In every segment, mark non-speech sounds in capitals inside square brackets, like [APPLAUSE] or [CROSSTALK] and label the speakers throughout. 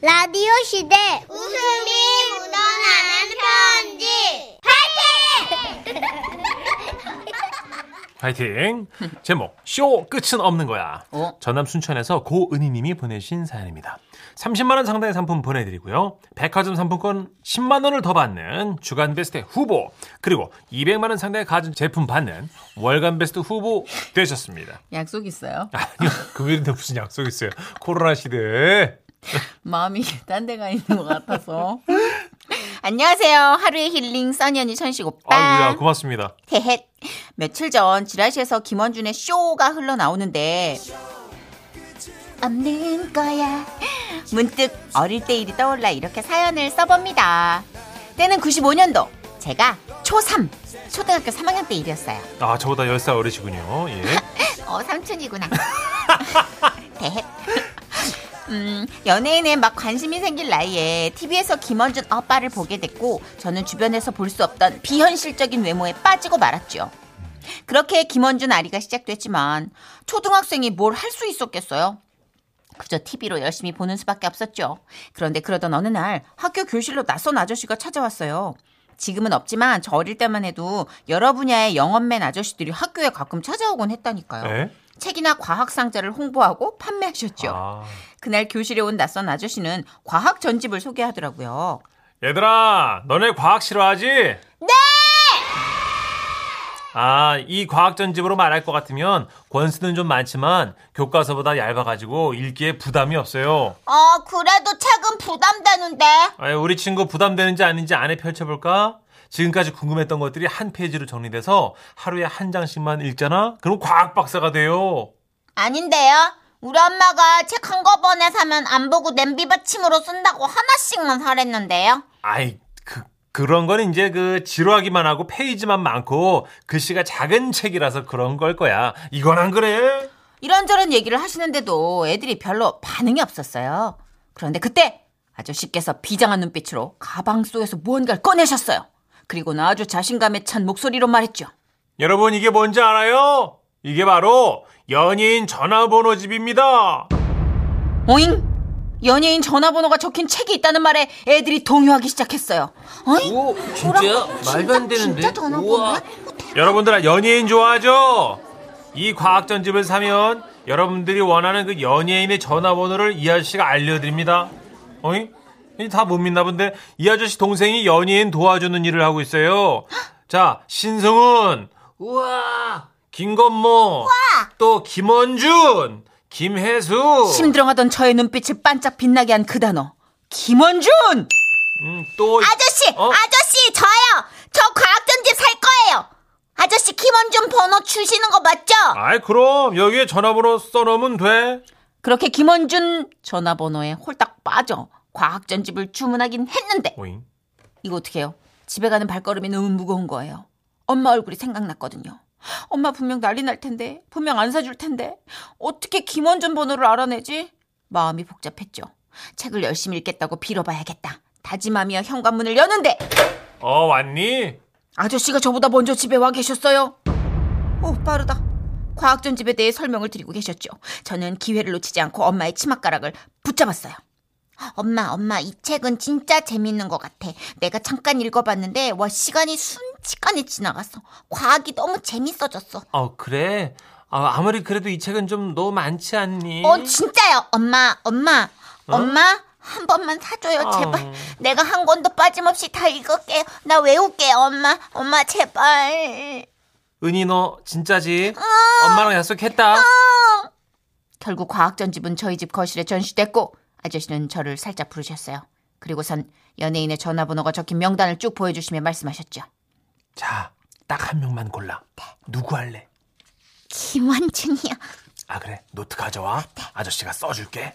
Speaker 1: 라디오 시대 웃음이 묻어나는 편지
Speaker 2: 파이팅! [LAUGHS] 제목, 쇼 끝은 없는 거야.
Speaker 3: 어?
Speaker 2: 전남 순천에서 고은희님이 보내신 사연입니다. 30만원 상당의 상품 보내드리고요. 백화점 상품권 10만원을 더 받는 주간 베스트 후보, 그리고 200만원 상당의 가전 제품 받는 월간 베스트 후보 되셨습니다. [LAUGHS]
Speaker 3: 약속 있어요.
Speaker 2: 아니요, 금요일인데 무슨 약속 있어요. 코로나 시대에.
Speaker 3: 마음이 [LAUGHS] 딴 데가 있는 것 같아서. [LAUGHS] 안녕하세요. 하루의 힐링 써니언니 천식
Speaker 2: 아우야,
Speaker 3: 오빠.
Speaker 2: 고맙습니다.
Speaker 3: 헤헷. 며칠 전 지라시에서 김원준의 쇼가 흘러나오는데 없는 거야. 문득 어릴 때 일이 떠올라 이렇게 사연을 써봅니다. 때는 95년도. 제가 초3, 초등학교 3학년 때 일이었어요.
Speaker 2: 아, 저보다 10살 어리시군요. 예.
Speaker 3: 어 삼촌이구나. 대헷. 음, 연예인에 막 관심이 생길 나이에 TV에서 김원준 오빠를 보게 됐고 저는 주변에서 볼 수 없던 비현실적인 외모에 빠지고 말았죠. 그렇게 김원준 아리가 시작됐지만 초등학생이 뭘 할 수 있었겠어요? 그저 TV로 열심히 보는 수밖에 없었죠. 그런데 그러던 어느 날 학교 교실로 낯선 아저씨가 찾아왔어요. 지금은 없지만 저 어릴 때만 해도 여러 분야의 영업맨 아저씨들이 학교에 가끔 찾아오곤 했다니까요.
Speaker 2: 예?
Speaker 3: 책이나 과학 상자를 홍보하고 판매하셨죠.
Speaker 2: 아.
Speaker 3: 그날 교실에 온 낯선 아저씨는 과학 전집을 소개하더라고요.
Speaker 2: 얘들아, 너네 과학 싫어하지? 네! 아, 이 과학 전집으로 말할 것 같으면 권수는 좀 많지만 교과서보다 얇아가지고 읽기에 부담이 없어요.
Speaker 3: 어, 그래도 책은 부담되는데.
Speaker 2: 아, 우리 친구 부담되는지 아닌지 안에 펼쳐볼까? 지금까지 궁금했던 것들이 한 페이지로 정리돼서 하루에 한 장씩만 읽잖아? 그럼 과학 박사가 돼요.
Speaker 3: 아닌데요. 우리 엄마가 책 한꺼번에 사면 안 보고 냄비 받침으로 쓴다고 하나씩만 사랬는데요.
Speaker 2: 아이, 그, 그런 건 이제 그 지루하기만 하고 페이지만 많고 글씨가 작은 책이라서 그런 걸 거야. 이건 안 그래?
Speaker 3: 이런저런 얘기를 하시는데도 애들이 별로 반응이 없었어요. 그런데 그때 아저씨께서 비장한 눈빛으로 가방 속에서 무언가를 꺼내셨어요. 그리고는 아주 자신감에 찬 목소리로 말했죠.
Speaker 2: 여러분 이게 뭔지 알아요? 이게 바로 연예인 전화번호집입니다.
Speaker 3: 오잉? 연예인 전화번호가 적힌 책이 있다는 말에 애들이 동요하기 시작했어요. 어잉?
Speaker 4: 오, 진짜야? 말도 안 되는데. 우와.
Speaker 2: 여러분들아 연예인 좋아하죠? 이 과학 전집을 사면 여러분들이 원하는 그 연예인의 전화번호를 이 아저씨가 알려드립니다. 어이? 다 못 믿나 본데 이 아저씨 동생이 연예인 도와주는 일을 하고 있어요. 자 신승훈,
Speaker 4: 우와.
Speaker 2: 김건모, 또 김원준, 김혜수,
Speaker 3: 심드렁하던 저의 눈빛을 반짝 빛나게 한 그 단어. 김원준!
Speaker 2: 음, 또
Speaker 5: 아저씨,
Speaker 2: 어?
Speaker 5: 아저씨, 저요. 저 과학전집 살 거예요. 아저씨 김원준 번호 주시는 거 맞죠?
Speaker 2: 아이 그럼 여기에 전화번호 써놓으면 돼.
Speaker 3: 그렇게 김원준 전화번호에 홀딱 빠져 과학전집을 주문하긴 했는데
Speaker 2: 오잉.
Speaker 3: 이거 어떡해요? 집에 가는 발걸음이 너무 무거운 거예요. 엄마 얼굴이 생각났거든요. 엄마 분명 난리 날 텐데, 분명 안 사줄 텐데, 어떻게 김원준 번호를 알아내지? 마음이 복잡했죠. 책을 열심히 읽겠다고 빌어봐야겠다. 다짐하며 현관문을 여는데,
Speaker 2: 어 왔니?
Speaker 3: 아저씨가 저보다 먼저 집에 와 계셨어요. 오, 빠르다. 과학전 집에 대해 설명을 드리고 계셨죠. 저는 기회를 놓치지 않고 엄마의 치맛가락을 붙잡았어요.
Speaker 5: 엄마, 엄마, 이 책은 진짜 재밌는 것 같아. 내가 잠깐 읽어봤는데, 와, 시간이 순식간에 지나갔어. 과학이 너무 재밌어졌어.
Speaker 2: 어 그래. 아, 무리 그래도 이 책은 좀 너무 많지 않니?
Speaker 5: 어, 진짜요. 엄마, 엄마, 엄마, 한 번만 사줘요, 제발.
Speaker 2: 어.
Speaker 5: 내가 한 권도 빠짐없이 다 읽을게요. 나 외울게요, 엄마. 엄마, 제발.
Speaker 2: 은희 너 진짜지?
Speaker 5: 아.
Speaker 2: 엄마랑 약속했다.
Speaker 3: 결국 과학전집은 저희 집 거실에 전시됐고 아저씨는 저를 살짝 부르셨어요. 그리고선 연예인의 전화번호가 적힌 명단을 쭉 보여주시며 말씀하셨죠.
Speaker 2: 자, 딱 한 명만 골라. 누구 할래?
Speaker 5: 김원준이요.
Speaker 2: 아 그래. 노트 가져와. 아저씨가 써줄게.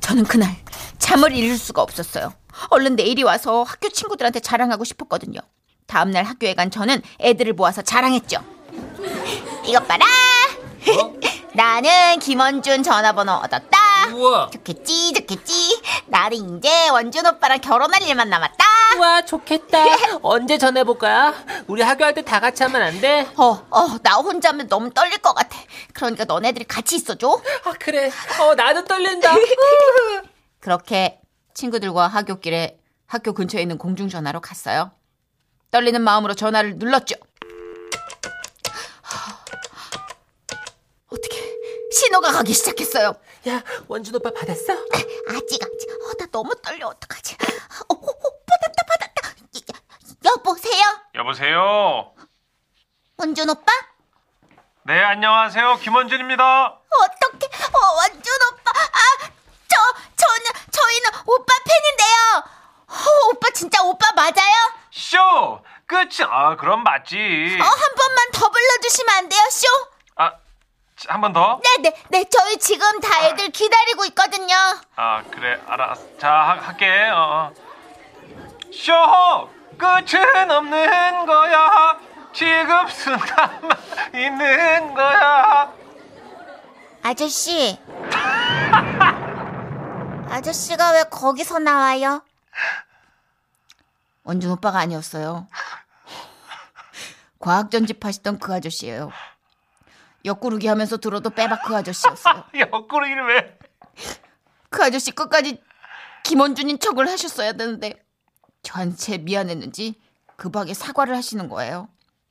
Speaker 3: 저는 그날 잠을 이룰 수가 없었어요. 얼른 내일이 와서 학교 친구들한테 자랑하고 싶었거든요. 다음날 학교에 간 저는 애들을 모아서 자랑했죠.
Speaker 5: 이것 봐라.
Speaker 3: [LAUGHS]
Speaker 5: 나는 김원준 전화번호 얻었다.
Speaker 4: 우와.
Speaker 5: 좋겠지, 좋겠지. 나는 이제 원준 오빠랑 결혼할 일만 남았다.
Speaker 4: 우와,
Speaker 5: [LAUGHS]
Speaker 4: 좋겠다. 언제 전해볼까? 우리 학교할 때 다 같이 하면 안 돼?
Speaker 5: 어, 어, 나 혼자 하면 너무 떨릴 것 같아. 그러니까 너네들이 같이 있어줘.
Speaker 4: 아, 그래. 어, 나도 떨린다.
Speaker 3: 그렇게 친구들과 학교길에 학교 근처에 있는 공중전화로 갔어요. 떨리는 마음으로 전화를 눌렀죠. 어떻게 신호가 가기 시작했어요.
Speaker 4: [LAUGHS] 야, 원준 오빠 받았어?
Speaker 5: 아직 아직 어, 나 너무 떨려 어떡하지 어, 어, 어, 받았다 받았다 여- 여보세요
Speaker 2: 여보세요.
Speaker 5: 원준 오빠
Speaker 2: 네 안녕하세요 김원준입니다.
Speaker 5: 어떻게 어, 원준 오빠
Speaker 3: 아,
Speaker 5: 아저 저는 저희는 오빠 팬인데요 어, 오빠 진짜 오빠 맞아요
Speaker 2: 쇼 끝. 아 그럼 맞지.
Speaker 5: 어, 한 번만 더 불러주시면 안 돼요 쇼
Speaker 2: 아한 번 더.
Speaker 5: 네네 네 저희 지금 다 애들 기다리고 있거든요
Speaker 2: 아 그래 알았어. 자 하- 할게. 어. 어. 쇼 끝은 없는 거야. 지금 순간만 있는 거야.
Speaker 5: 아저씨 아저씨가 왜 거기서 나와요
Speaker 3: 원준 오빠가 아니었어요. 과학 전집하시던 그 아저씨예요. 옆구르기 하면서 들어도 빼박 그 아저씨였어요.
Speaker 2: 옆구리를 왜?
Speaker 3: 그 아저씨 끝까지 김원준인 척을 하셨어야 되는데 전체 미안했는지 급하게 사과를 하시는 거예요.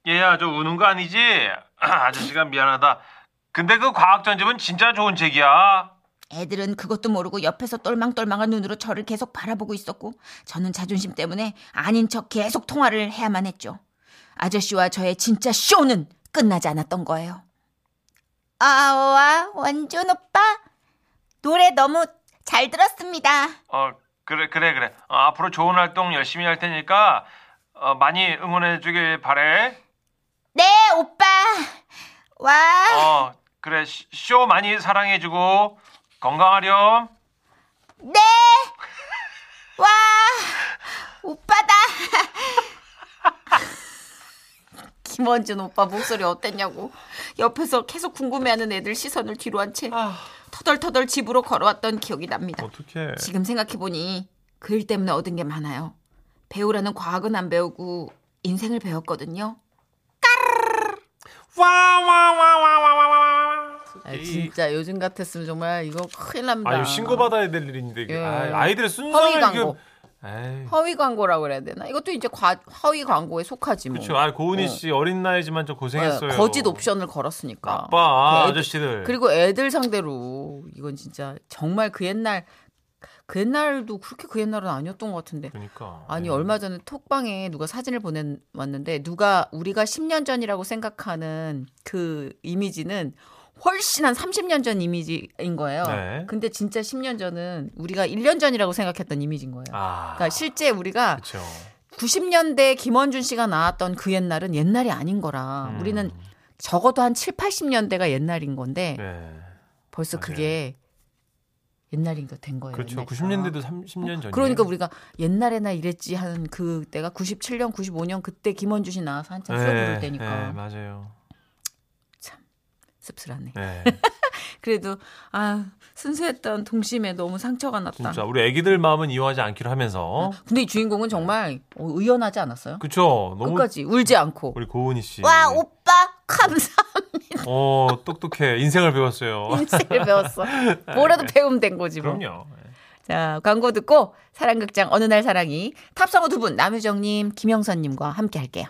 Speaker 2: 얘야 저 우는 거 아니지? [CLEARS THROAT] 아저씨가 미안하다. 근데 그 과학 전집은 진짜 좋은 책이야.
Speaker 3: 애들은 그것도 모르고 옆에서 똘망똘망한 눈으로 저를 계속 바라보고 있었고 저는 자존심 때문에 아닌 척 계속 통화를 해야만 했죠. 아저씨와 저의 진짜 쇼는 끝나지 않았던 거예요.
Speaker 5: 아와 원준 오빠 노래 너무 잘 들었습니다
Speaker 2: 어 그래 그래 그래. 어, 앞으로 좋은 활동 열심히 할 테니까 어, 많이 응원해 주길 바래.
Speaker 5: 네 오빠 와
Speaker 2: 어 그래 쇼- 쇼 많이 사랑해 주고 건강하렴.
Speaker 5: 네! 와! 오빠다!
Speaker 3: [LAUGHS] 김원준 오빠 목소리 어땠냐고 옆에서 계속 궁금해하는 애들 시선을 뒤로 한 채
Speaker 2: 아.
Speaker 3: 터덜터덜 집으로 걸어왔던 기억이 납니다.
Speaker 2: 어떡해.
Speaker 3: 지금 생각해보니 그 일 때문에 얻은 게 많아요. 배우라는 과학은 안 배우고 인생을 배웠거든요.
Speaker 2: 와와와와와와와.
Speaker 6: 아, 진짜 요즘 같았으면 정말 이거 큰일 납니다.
Speaker 2: 아유 신고 받아야 될 일인데 이게
Speaker 6: 예.
Speaker 2: 아이, 아이들의 순서를
Speaker 6: 허위 광고.
Speaker 2: 지금- 에이.
Speaker 6: 허위 광고라고 그래야 되나? 이것도 이제 과, 허위 광고에 속하지 뭐.
Speaker 2: 그렇죠. 아 고은희 씨 어린 나이지만 좀
Speaker 6: 예,
Speaker 2: 고생했어요.
Speaker 6: 거짓 옵션을 걸었으니까.
Speaker 2: 아빠
Speaker 6: 애들-
Speaker 2: 아저씨들.
Speaker 6: 그리고 애들 상대로 이건 진짜 정말 그 옛날 그 옛날도 그렇게 그 옛날은 아니었던 것 같은데.
Speaker 2: 그러니까.
Speaker 6: 아니 얼마 전에 톡방에 누가 사진을 보내왔는데 누가 우리가 10년 전이라고 생각하는 그 이미지는 훨씬 한 30년 전 이미지인 거예요.
Speaker 2: 네.
Speaker 6: 근데 진짜 10년 전은 우리가 1년 전이라고 생각했던 이미지인 거예요.
Speaker 2: 아.
Speaker 6: 그러니까 실제 우리가
Speaker 2: 그렇죠.
Speaker 6: 90년대 김원준 씨가 나왔던 그 옛날은 옛날이 아닌 거라
Speaker 2: 음.
Speaker 6: 우리는 적어도 한 7, 80년대가 옛날인 건데
Speaker 2: 네.
Speaker 6: 벌써
Speaker 2: 맞아요.
Speaker 6: 그게 옛날인 거 된 거예요.
Speaker 2: 그렇죠.
Speaker 6: 옛날이다.
Speaker 2: 90년대도 30년 전이에요.
Speaker 6: 그러니까 우리가 옛날에나 이랬지 하는 그때가 97년, 95년 그때 김원준 씨 나와서 한참
Speaker 2: 네,
Speaker 6: 써부를
Speaker 2: 네,
Speaker 6: 때니까
Speaker 2: 맞아요.
Speaker 6: 씁쓸하네.
Speaker 2: 네.
Speaker 6: 그래도 아 순수했던 동심에 너무 상처가 났다. 네.
Speaker 2: 진짜 어? 우리 애기들 마음은 이용하지 않기로 하면서.
Speaker 6: 근데 이 주인공은 정말 어, 의연하지 않았어요.
Speaker 2: 그렇죠. 너무
Speaker 6: 끝까지 울지 않고
Speaker 2: 우리 고은희 씨.
Speaker 5: 와, 오빠,
Speaker 2: [LAUGHS]
Speaker 5: 감사.
Speaker 2: 어, 똑똑해. 인생을 배웠어요.
Speaker 6: 인생을 배웠어. 뭐라도 배우면 된 거지 뭐.
Speaker 2: 그럼요.
Speaker 6: 자, 광고 듣고 사랑극장 어느 날 사랑이 탑성어 두 분 남유정님, 김영선님과 함께 할게요.